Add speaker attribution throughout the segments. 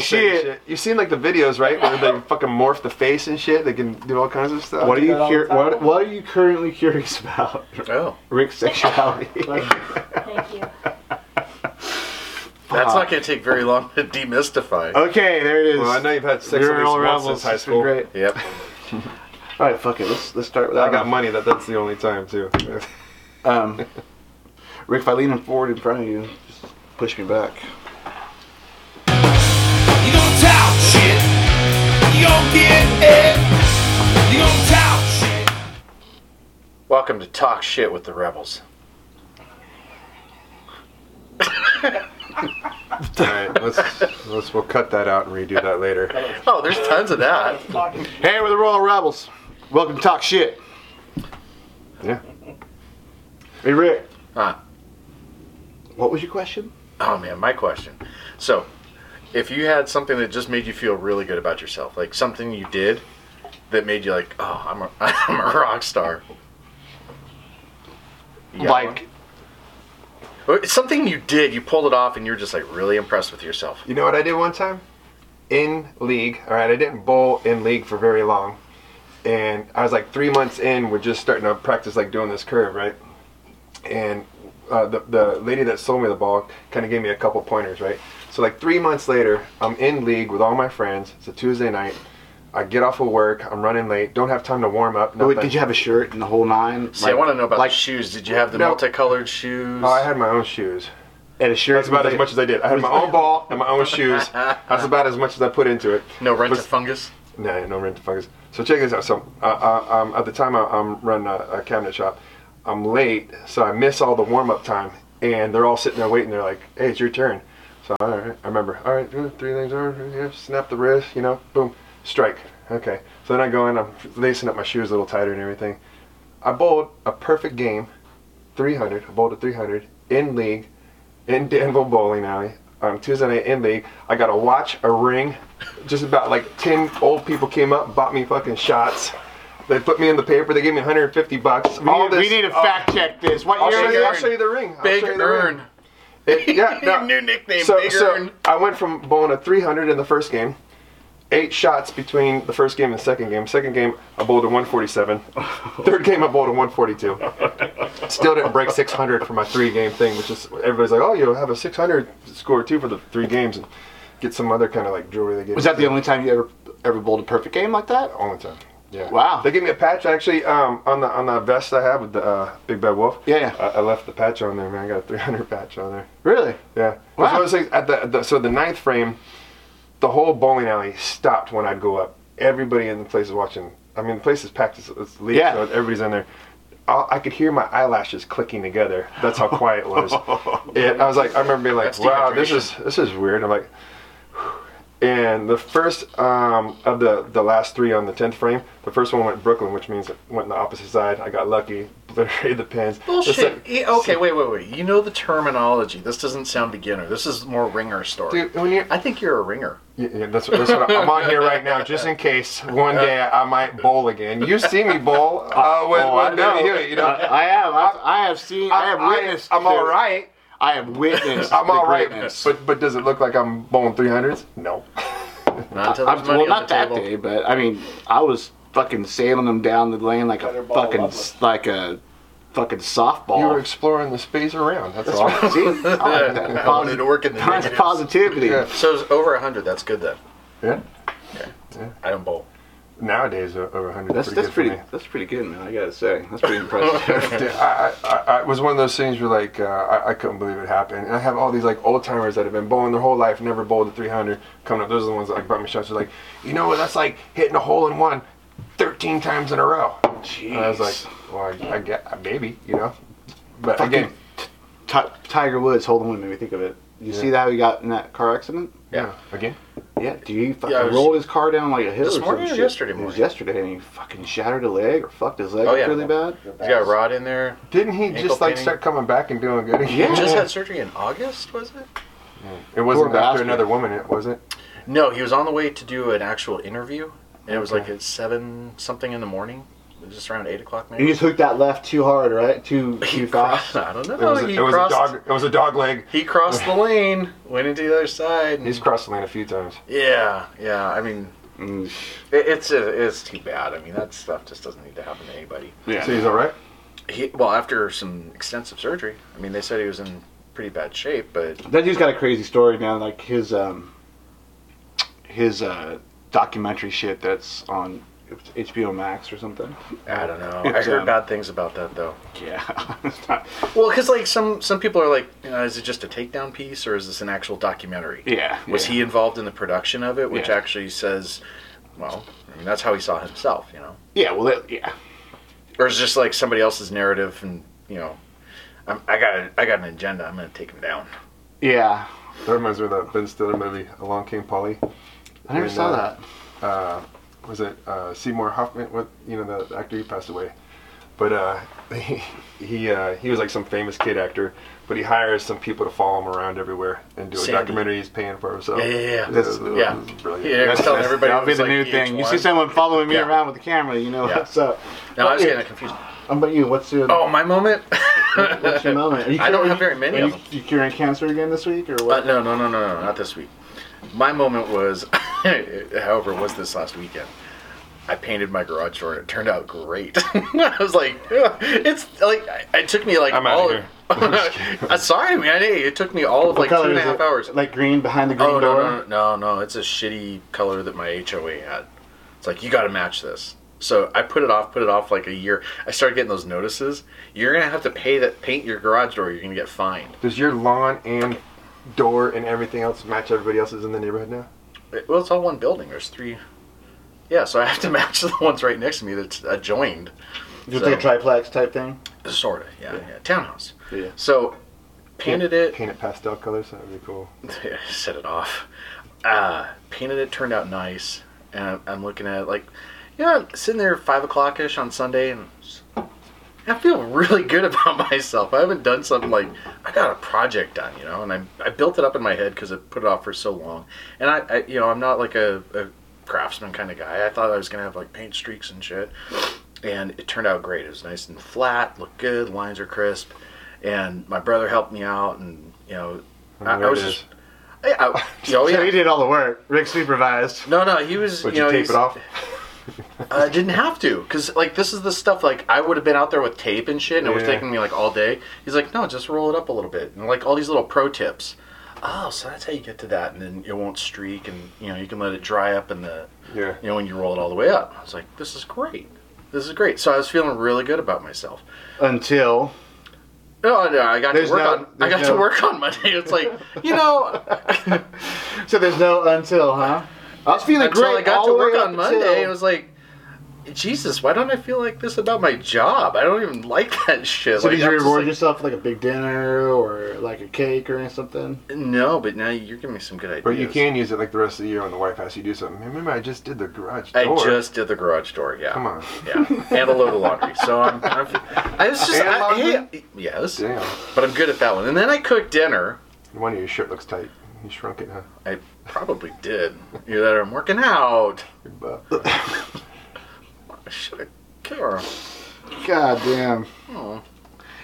Speaker 1: shit.
Speaker 2: You've seen like the videos, right, where they fucking morph the face and shit. They can do all kinds of stuff.
Speaker 1: What are you
Speaker 3: that all
Speaker 1: cur-
Speaker 3: the time.
Speaker 1: what, what are you currently curious about?
Speaker 4: Oh,
Speaker 1: Rick's sexuality.
Speaker 5: Thank you.
Speaker 4: that's
Speaker 2: Uh-huh.
Speaker 4: not going to take very long to demystify.
Speaker 2: Oh.
Speaker 1: okay, there it is.
Speaker 2: Well, I know you've had sex
Speaker 1: You're
Speaker 2: at least
Speaker 1: all
Speaker 2: once since
Speaker 1: rebels.
Speaker 2: high
Speaker 1: It's been
Speaker 2: school.
Speaker 1: great.
Speaker 4: Yep.
Speaker 1: All right, fuck it. Let's let's start with that.
Speaker 2: I got money that that's the only time too.
Speaker 1: Um, Rick, if I lean forward in front of you, just push me back.
Speaker 6: You don't tout shit. You don't get it. You don't tout shit.
Speaker 4: Welcome to Talk Shit with the Rebels.
Speaker 2: all right, let's let's we'll cut that out and redo that later.
Speaker 4: Oh, there's tons of that.
Speaker 1: Hey, we're the Royal Rebels. Welcome to Talk Shit.
Speaker 2: Yeah.
Speaker 1: Hey, Rick.
Speaker 4: Ah.
Speaker 1: What was your question?
Speaker 4: Oh man, my question. So, if you had something that just made you feel really good about yourself, like something you did that made you like, oh, I'm a, I'm a rock star. You got
Speaker 1: like,
Speaker 4: one? Or something you did, you pulled it off, and you're just like really impressed with yourself.
Speaker 2: You know what I did one time? In league. All right, I didn't bowl in league for very long, and I was like three months in. We're just starting to practice like doing this curve, right? And uh, the the lady that sold me the ball kind of gave me a couple pointers, right? So like three months later, I'm in league with all my friends. It's a Tuesday night. I get off of work. I'm running late. Don't have time to warm up.
Speaker 1: oh, wait,
Speaker 2: nothing.
Speaker 1: did you have a shirt and the whole nine?
Speaker 4: See, I want to know about
Speaker 1: like
Speaker 4: the shoes. Did you have the
Speaker 2: No.
Speaker 4: multicolored shoes?
Speaker 2: Oh, I had my own shoes.
Speaker 1: and a shirt.
Speaker 2: That's about as much as I did. I had my own ball and my own shoes. That's about as much as I put into it.
Speaker 4: no rent
Speaker 2: But-
Speaker 4: a fungus.
Speaker 2: No, no rent to fuckers. So check this out. So uh, uh, um, at the time I, I'm running a, a cabinet shop, I'm late, so I miss all the warm up time, and they're all sitting there waiting. They're like, "Hey, it's your turn." So all right, I remember. All right, uh, three things. Are, yeah, snap the wrist, you know, boom, strike. Okay. So then I go in. I'm lacing up my shoes a little tighter and everything. I bowled a perfect game, 300. I bowled a 300 in league, in Danville Bowling Alley on Tuesday night in league. I got a watch, a ring. Just about like 10 old people came up, bought me fucking shots. They put me in the paper. They gave me 150 bucks.
Speaker 1: we, need, we need to fact check this. Oh. What
Speaker 2: I'll
Speaker 1: year
Speaker 2: show,
Speaker 1: was
Speaker 2: you, I'll
Speaker 1: it?
Speaker 4: Earn.
Speaker 2: show you the ring. I'll
Speaker 4: Big
Speaker 2: show you the
Speaker 4: Earn.
Speaker 2: ring. It- yeah,
Speaker 4: Your
Speaker 2: no.
Speaker 4: new nickname,
Speaker 2: So,
Speaker 4: Big
Speaker 2: so
Speaker 4: Earn.
Speaker 2: I went from bowling a 300 in the first game, eight shots between the first game and second game. Second game, I bowled a 147. Third game, I bowled a 142. Still didn't break 600 for my three game thing, which is everybody's like, oh, you'll have a 600 score too for the three games and get some other kind of like jewelry they get.
Speaker 1: Was that the only time you ever ever bowled a perfect game like that?
Speaker 2: only time? Yeah.
Speaker 1: Wow.
Speaker 2: They gave me a patch actually um, on the on the vest I have with the uh, Big Bad Wolf.
Speaker 1: Yeah.
Speaker 2: I, I left the patch on there, man. I got a 300 patch on there.
Speaker 1: Really?
Speaker 2: Yeah.
Speaker 1: Wow.
Speaker 2: That's what I was saying, at the, the, so the ninth frame, the whole bowling alley stopped when I'd go up. Everybody in the place is watching. I mean, the place is packed. It's, it's leaked,
Speaker 1: Yeah.
Speaker 2: so everybody's in there. I, I could hear my eyelashes clicking together. That's how quiet it was. it, I was like, I remember being like,
Speaker 4: That's
Speaker 2: wow, this is
Speaker 4: dehydration.
Speaker 2: this is weird. I'm like, and the first um, of the the last three on the tenth frame, the first one went Brooklyn, which means it went on the opposite side. I got lucky, obliterated the pins. The
Speaker 4: Bullshit.
Speaker 2: sec-
Speaker 4: E- okay, wait, wait, wait. You know the terminology. This doesn't sound beginner. This is more ringer story.
Speaker 2: Dude, when you're,
Speaker 4: I think you're a ringer.
Speaker 2: Yeah, yeah, that's, that's what I'm on here right now, just in case one day I might bowl again. You see me bowl uh, with,
Speaker 1: Oh, I
Speaker 2: with
Speaker 1: know.
Speaker 2: Baby Huey, you know.
Speaker 1: I, I have. I've, I have seen. I, have witnessed.
Speaker 2: I, am all
Speaker 1: the-
Speaker 2: right.
Speaker 1: I have witnessed.
Speaker 2: I'm
Speaker 1: the
Speaker 2: all right.
Speaker 1: greatness.
Speaker 2: But but does it look like I'm bowling 300s? No.
Speaker 4: Not until
Speaker 1: I'm,
Speaker 4: there's
Speaker 1: well,
Speaker 4: money on
Speaker 1: not
Speaker 4: the
Speaker 1: that
Speaker 4: table.
Speaker 1: day, but I mean, I was fucking sailing them down the lane like a
Speaker 3: Better ball
Speaker 1: fucking
Speaker 3: up.
Speaker 1: like a fucking softball.
Speaker 2: You were exploring the space around. That's, all.
Speaker 1: See, I like that.
Speaker 4: I wanted to work in the
Speaker 1: Posi-
Speaker 4: negatives.
Speaker 1: positivity.
Speaker 2: Yeah.
Speaker 4: So it's over 100. That's good then.
Speaker 2: Yeah.
Speaker 4: I don't bowl.
Speaker 2: Nowadays, uh, over 100
Speaker 1: That's
Speaker 2: pretty
Speaker 1: that's
Speaker 2: good
Speaker 1: pretty
Speaker 2: for me.
Speaker 1: that's pretty good, man. I gotta say, that's pretty impressive.
Speaker 2: Dude, I, I, I- I was one of those things where like uh, I, I couldn't believe it happened. And I have all these like old timers that have been bowling their whole life, never bowled a 300. Coming up, those are the ones that like brought me shots. They're like, you know what? That's like hitting a hole in one 13 times in a row.
Speaker 1: Jeez.
Speaker 2: And I was like, well, I, I get, uh, maybe, you know. But
Speaker 1: Fucking
Speaker 2: again,
Speaker 1: Ti- Tiger Woods, hold on, made me think of it. You see that how he got in that car accident?
Speaker 2: yeah, again,
Speaker 1: Yeah, dude, he fucking
Speaker 4: Yeah, I was-
Speaker 1: rolled his car down like a hill.
Speaker 4: This
Speaker 1: or some
Speaker 4: morning or
Speaker 1: shit.
Speaker 4: yesterday
Speaker 1: It was
Speaker 4: morning?
Speaker 1: yesterday, and he fucking shattered a leg or fucked his leg
Speaker 4: Oh,
Speaker 1: up
Speaker 4: yeah.
Speaker 1: really bad.
Speaker 4: He's got a rod in there.
Speaker 2: didn't he
Speaker 4: Ankle
Speaker 2: just like
Speaker 4: painting.
Speaker 2: start coming back and doing good
Speaker 4: He
Speaker 2: again?
Speaker 4: just had surgery in August, was it?
Speaker 2: it wasn't
Speaker 1: Poor
Speaker 2: after
Speaker 1: bastard.
Speaker 2: another woman, it was it?
Speaker 4: No, he was on the way to do an actual interview, and it was like at seven something in the morning. just around eight o'clock
Speaker 1: You
Speaker 4: maybe.
Speaker 1: just hooked that left too hard, right? Too too fast.
Speaker 4: I don't know.
Speaker 2: It was, a,
Speaker 4: he
Speaker 2: it was a
Speaker 4: crossed,
Speaker 2: dog. It was a dog leg.
Speaker 4: He crossed the lane, went into the other side.
Speaker 2: He's crossed the lane a few times.
Speaker 4: yeah, yeah. I mean,
Speaker 1: Mm,
Speaker 4: it, it's it's too bad. I mean, that stuff just doesn't need to happen to anybody.
Speaker 1: yeah.
Speaker 2: So he's all right.
Speaker 4: He well, after some extensive surgery. I mean, they said he was in pretty bad shape, but
Speaker 1: That dude's got a crazy story, man. Like his um, his uh, documentary shit that's on HBO Max or something.
Speaker 4: I don't know. I heard
Speaker 1: Um,
Speaker 4: bad things about that though.
Speaker 1: Yeah, It's not-
Speaker 4: Well, because like some some people are like, you know, is it just a takedown piece or is this an actual documentary?
Speaker 1: yeah.
Speaker 4: Was
Speaker 1: yeah.
Speaker 4: he involved in the production of it? Which
Speaker 1: Yeah.
Speaker 4: actually says, well, I mean, that's how he saw himself, you know.
Speaker 1: Yeah. Well, that, yeah.
Speaker 4: Or is it just like somebody else's narrative, and you know, I'm, I got a, I got an agenda. I'm going to take him down.
Speaker 1: Yeah.
Speaker 2: That reminds me of that Ben Stiller movie, Along Came Polly.
Speaker 1: I never
Speaker 2: And,
Speaker 1: saw
Speaker 2: uh,
Speaker 1: that.
Speaker 2: uh, was it uh, Seymour Hoffman? What you know, the actor who passed away. But uh, he he, uh, he was like some famous kid actor, but he hires some people to follow him around everywhere and do a
Speaker 4: Sandy.
Speaker 2: documentary. He's paying for himself.
Speaker 4: Yeah, yeah, yeah.
Speaker 2: That's,
Speaker 4: Yeah.
Speaker 2: brilliant.
Speaker 4: Yeah, I was telling everybody.
Speaker 1: That'll
Speaker 4: it
Speaker 1: be
Speaker 4: was
Speaker 1: the
Speaker 4: like
Speaker 1: new thing. You
Speaker 4: VH1.
Speaker 1: see someone following me
Speaker 4: Yeah.
Speaker 1: around with the camera, you know
Speaker 4: Yeah.
Speaker 1: what's up.
Speaker 4: No, I was
Speaker 1: What
Speaker 4: getting
Speaker 1: you-
Speaker 4: confused.
Speaker 1: How about you? What's your
Speaker 4: Oh, my moment.
Speaker 1: what's your moment? Are you
Speaker 4: I don't
Speaker 1: curing-
Speaker 4: have very many
Speaker 1: are
Speaker 4: of
Speaker 1: you,
Speaker 4: them.
Speaker 1: You curing cancer again this week or
Speaker 4: Uh,
Speaker 1: what?
Speaker 4: no, no, no, no, no, not this week. My moment was, however, was this last weekend. I painted my garage door and it turned out great. I was like, "Yeah." it's like it took me like
Speaker 2: I'm outta
Speaker 4: all.
Speaker 2: here.
Speaker 4: I'm sorry, man. It took me all
Speaker 1: What
Speaker 4: of Uh, like two
Speaker 1: color
Speaker 4: and a
Speaker 1: is
Speaker 4: half
Speaker 1: it?
Speaker 4: hours.
Speaker 1: Like green behind the green
Speaker 4: Oh no,
Speaker 1: door.
Speaker 4: no, no, no! It's a shitty color that my HOA had. It's like you got to match this. So I put it off, put it off like a year. I started getting those notices. You're gonna have to pay that paint your garage door. You're gonna get fined.
Speaker 2: Does your lawn and door and everything else match everybody else's in the neighborhood now?
Speaker 4: It- Well, it's all one building. There's three. Yeah, so I have to match the ones right next to me that's adjoined.
Speaker 1: Just
Speaker 4: So-
Speaker 1: like a triplex type thing.
Speaker 4: Sort of, yeah, yeah, Townhouse.
Speaker 1: Yeah.
Speaker 4: So painted it,
Speaker 2: Paint it pastel colors. That would be cool.
Speaker 4: set it off. Uh, painted it, turned out nice. And I'm, I'm looking at it like, you know, I'm sitting there five o'clock ish on Sunday, and s- I feel really good about myself. I haven't done something like I got a project done, you know, and I, I built it up in my head because I put it off for so long. And I, I you know, I'm not like a, a craftsman kind of guy. I thought I was gonna have like paint streaks and shit, and it turned out great. It was nice and flat, looked good, lines are crisp, and my brother helped me out, and you know, I, I
Speaker 2: There
Speaker 4: was
Speaker 2: it
Speaker 4: just
Speaker 2: is.
Speaker 4: yeah, I, oh
Speaker 1: So he
Speaker 4: yeah.
Speaker 1: did all the work. Rick supervised.
Speaker 4: No, no, he was.
Speaker 2: Would
Speaker 4: you
Speaker 2: you,
Speaker 4: know,
Speaker 2: tape
Speaker 4: he's-
Speaker 2: it off?
Speaker 4: I didn't have to, cause like this is the stuff like I would have been out there with tape and shit, and it was
Speaker 2: Yeah.
Speaker 4: taking me like all day. He's like, no, just roll it up a little bit, and like all these little pro tips. Oh, so that's how you get to that, and then it won't streak, and you know you can let it dry up in the,
Speaker 2: Yeah.
Speaker 4: you know, when you roll it all the way up. I was like, this is great, this is great. So I was feeling really good about myself.
Speaker 1: Until
Speaker 4: No, no, I got
Speaker 1: There's
Speaker 4: to work
Speaker 1: no-
Speaker 4: on. I
Speaker 1: there's
Speaker 4: got
Speaker 1: no-
Speaker 4: to work on Monday. It's like you know,
Speaker 1: so there's no until, huh? I was feeling
Speaker 4: until
Speaker 1: great
Speaker 4: I got
Speaker 1: all
Speaker 4: to
Speaker 1: the
Speaker 4: work
Speaker 1: way
Speaker 4: on
Speaker 1: up
Speaker 4: Monday.
Speaker 1: until-
Speaker 4: It was like, Jesus, why don't I feel like this about my job? I don't even like that shit.
Speaker 1: so
Speaker 4: like,
Speaker 1: did you
Speaker 4: I'm just
Speaker 1: reward
Speaker 4: like,
Speaker 1: yourself with like a big dinner or like a cake or something?
Speaker 4: No, but now you're giving me some good ideas.
Speaker 2: But you can use it like the rest of the year when the wife has you do something. Remember, I just did the garage
Speaker 4: I
Speaker 2: door.
Speaker 4: just did the garage door. Yeah.
Speaker 2: Come on.
Speaker 4: Yeah, and a load of laundry. So I'm. I'm I was just.
Speaker 2: And
Speaker 4: I,
Speaker 2: laundry?
Speaker 4: hey, yes,
Speaker 2: Damn.
Speaker 4: but I'm good at that one. And then I cooked dinner.
Speaker 2: No wonder your shirt looks tight. You shrunk it, huh?
Speaker 4: I probably did. Either that or I'm working out.
Speaker 2: Your butt.
Speaker 4: I should have killed her.
Speaker 1: God damn.
Speaker 4: Oh.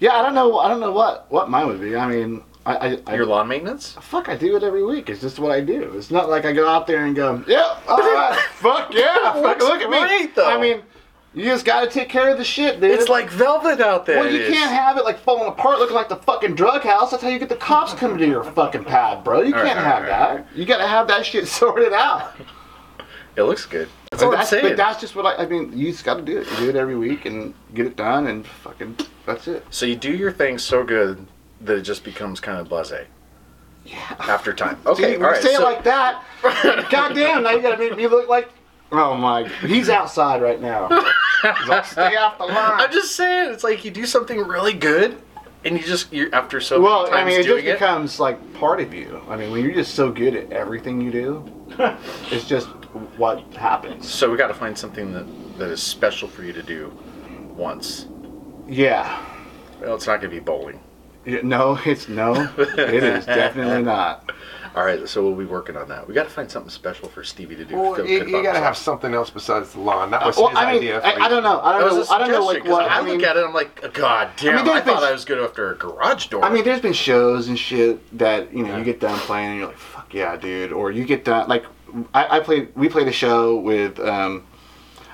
Speaker 1: Yeah, I don't know. I don't know what what mine would be. I mean, I I, I
Speaker 4: Your lawn maintenance?
Speaker 1: fuck. I do it every week. It's just what I do. It's not like I go out there and go, yeah, all right, fuck yeah, fuck,
Speaker 4: It looks
Speaker 1: look at me.
Speaker 4: great, though.
Speaker 1: I mean, you just got to take care of the shit, dude.
Speaker 4: It's like velvet out there.
Speaker 1: Well, you
Speaker 4: it is.
Speaker 1: can't have it like falling apart, looking like the fucking drug house. That's how you get the cops coming to your fucking pad, bro. You
Speaker 4: All right,
Speaker 1: can't
Speaker 4: all
Speaker 1: have
Speaker 4: right, all
Speaker 1: that. You gotta have that shit sorted out.
Speaker 4: It looks good. That's all I'm
Speaker 1: that's,
Speaker 4: saying.
Speaker 1: but that's just what I, I mean. You just gotta do it. You do it every week and get it done, and fucking that's it.
Speaker 4: So you do your thing so good that it just becomes kind of blasé. Yeah. After time.
Speaker 1: See,
Speaker 4: Okay.
Speaker 1: when
Speaker 4: all
Speaker 1: you
Speaker 4: right.
Speaker 1: say
Speaker 4: so-
Speaker 1: it like that, goddamn, now you gotta make me look like. Oh my, he's outside right now. He's like, Stay off the line.
Speaker 4: I'm just saying, it's like you do something really good, and you just you're after so many
Speaker 1: Well,
Speaker 4: times
Speaker 1: I mean, it
Speaker 4: doing
Speaker 1: just becomes like part of you. I mean, when you're just so good at everything you do, it's just what happens.
Speaker 4: So we got to find something that that is special for you to do once.
Speaker 1: Yeah.
Speaker 4: Well, it's not gonna be bowling.
Speaker 1: Yeah, No, it's no. It is definitely not.
Speaker 4: All right, so we'll be working on that. We got to find something special for Stevie to do.
Speaker 2: Well,
Speaker 4: feel
Speaker 2: you,
Speaker 4: good
Speaker 2: you
Speaker 4: about
Speaker 2: gotta have
Speaker 4: himself.
Speaker 2: something else besides the lawn. That was
Speaker 1: Uh, Well,
Speaker 2: his
Speaker 1: I mean,
Speaker 2: idea. for
Speaker 1: I, I
Speaker 2: you.
Speaker 1: don't know. I
Speaker 4: That
Speaker 1: don't know.
Speaker 4: was a
Speaker 1: I don't know like
Speaker 4: suggestion, 'cause
Speaker 1: what.
Speaker 4: I
Speaker 1: I mean,
Speaker 4: look at it, I'm like, God damn! I,
Speaker 1: I mean, there's
Speaker 4: thought
Speaker 1: been-
Speaker 4: I was good after a garage door.
Speaker 1: I mean, there's been shows and shit that you know
Speaker 2: Yeah.
Speaker 1: you get done playing and you're like, fuck yeah, dude. Or you get done like I, I played. We played a show with um,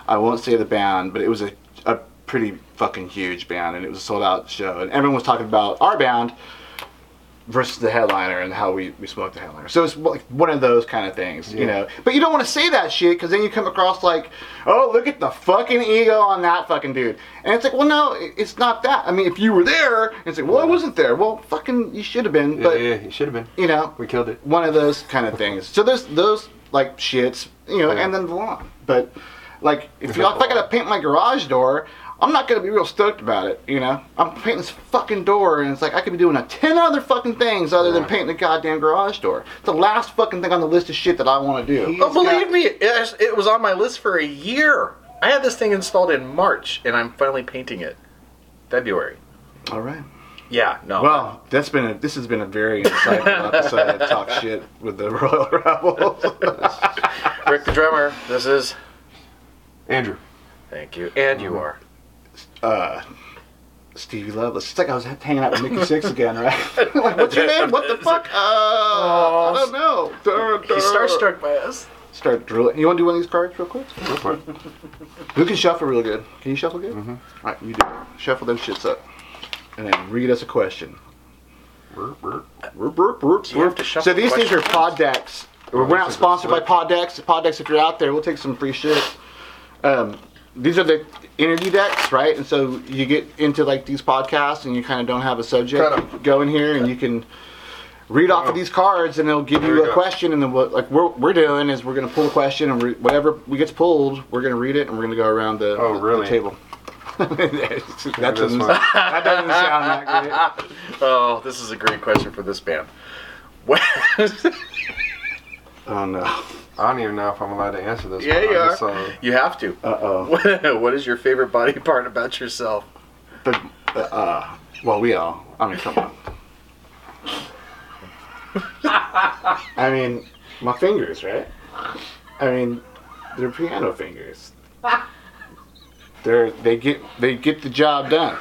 Speaker 1: I won't say the band, but it was a a pretty fucking huge band, and it was a sold out show, and everyone was talking about our band versus the headliner and how we, we smoked the headliner. So it's like one of those kind of things, you
Speaker 2: Yeah.
Speaker 1: know. But you don't want to say that shit because then you come across like, oh, look at the fucking ego on that fucking dude. And it's like, well, no, it- it's not that. I mean, if you were there, it's like, well, I wasn't there. Well, fucking, you should have been.
Speaker 2: Yeah,
Speaker 1: But,
Speaker 2: yeah, you should have been.
Speaker 1: you know,
Speaker 2: We killed it.
Speaker 1: one of those kind of things. So there's those like shits, you know,
Speaker 2: Yeah.
Speaker 1: and then the lawn. But like if, you, if I gotta paint my garage door, I'm not gonna be real stoked about it, you know. I'm painting this fucking door, and it's like I could be doing a ten other fucking things other than
Speaker 2: Yeah.
Speaker 1: painting the goddamn garage door. It's the last fucking thing on the list of shit that I want to do. Oh,
Speaker 4: But
Speaker 2: He's got-
Speaker 4: believe me, it, it was on my list for a year. I had this thing installed in March, and I'm finally painting it. February.
Speaker 1: All right.
Speaker 4: Yeah, no.
Speaker 1: Well, that's been a, this has been a very insightful episode of Talk Shit with the Royal Rebels.
Speaker 4: Rick the drummer, this is.
Speaker 2: Andrew.
Speaker 4: Thank you. And you are.
Speaker 1: uh, Stevie Loveless. It's like I was hanging out with Mickey Six again, right? like, what's your name? What the fuck? Uh, I don't know. Duh, duh.
Speaker 4: He's starstruck by us.
Speaker 1: Start drilling. You want to do one of these cards real quick?
Speaker 2: Go for it.
Speaker 1: Who can shuffle real good? Can you shuffle good? Mm-hmm. right, you do. it. Shuffle those shits up, and then read us a question.
Speaker 2: Burp, burp.
Speaker 1: Roop, roop, roop,
Speaker 4: you have
Speaker 1: roop.
Speaker 4: to shuffle
Speaker 1: So these things are
Speaker 4: questions?
Speaker 1: pod decks. We're not
Speaker 2: Oh, these are
Speaker 1: sponsored by
Speaker 2: slick.
Speaker 1: pod decks. Pod decks, if you're out there, we'll take some free shit. Um, these are the energy decks, right? And so you get into like these podcasts, and you kind of don't have a
Speaker 2: Cut
Speaker 1: subject.
Speaker 2: 'em.
Speaker 1: Go in here, and you can read off of
Speaker 2: Wow.
Speaker 1: these cards, and they'll give
Speaker 2: Here
Speaker 1: you
Speaker 2: we
Speaker 1: a
Speaker 2: go.
Speaker 1: question. And then what, like we're we're doing is we're gonna pull a question, and re- whatever we gets pulled, we're gonna read it, and we're gonna go around the,
Speaker 2: Oh,
Speaker 1: the- the
Speaker 2: really?
Speaker 1: table. that,
Speaker 2: this
Speaker 1: doesn't,
Speaker 2: one.
Speaker 1: that doesn't sound that great.
Speaker 4: Oh, this is a great question for this band. What?
Speaker 1: Oh no.
Speaker 2: I don't even know if I'm allowed to answer this.
Speaker 4: yeah,
Speaker 2: one. I
Speaker 4: you
Speaker 2: just
Speaker 4: are.
Speaker 2: saw-
Speaker 4: You have to.
Speaker 1: Uh oh.
Speaker 4: what is your favorite body part about yourself?
Speaker 1: The, the, uh, well, we all. I mean, come on. I mean, my fingers, right? I mean, they're piano fingers. They're they get they get the job done.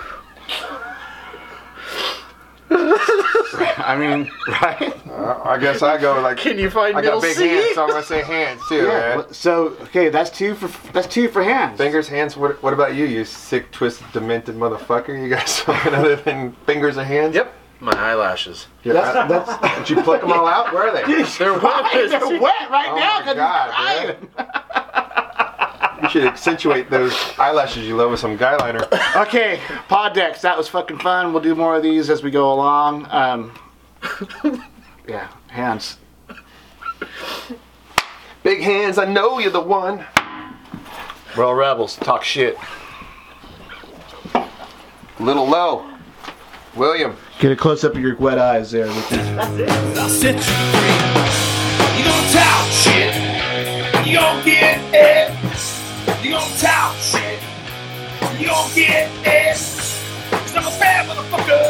Speaker 1: I mean, right?
Speaker 2: Uh, I guess I go like.
Speaker 4: Can you find
Speaker 2: I got
Speaker 4: middle
Speaker 2: big
Speaker 4: C?
Speaker 2: hands, so I'm gonna say hands too,
Speaker 1: Yeah.
Speaker 2: man.
Speaker 1: So okay, that's two for that's two for hands.
Speaker 2: Fingers, hands. What, what about you, you sick, twisted, demented motherfucker? You got something other than fingers and hands?
Speaker 4: Yep. My eyelashes.
Speaker 2: Yeah,
Speaker 1: That's,
Speaker 2: I-
Speaker 1: that's
Speaker 2: Did you pluck them all out? Where are they?
Speaker 4: They're
Speaker 1: Right, they're wet right
Speaker 2: Oh
Speaker 1: now
Speaker 2: my
Speaker 1: 'cause he's
Speaker 2: God,
Speaker 1: crying.
Speaker 2: You should accentuate those eyelashes you love with some guy liner.
Speaker 1: Okay, pod decks. That was fucking fun. We'll do more of these as we go along. Um, yeah, hands.
Speaker 2: Big hands, I know you're the one.
Speaker 1: We're all rebels. Talk shit.
Speaker 2: Little low. William.
Speaker 1: Get a close up of your wet eyes there.
Speaker 6: I'll set you free. You gon' tout shit. You gon' get it. You gon' tout shit. You gon' get it. Cause I'm a bad motherfucker.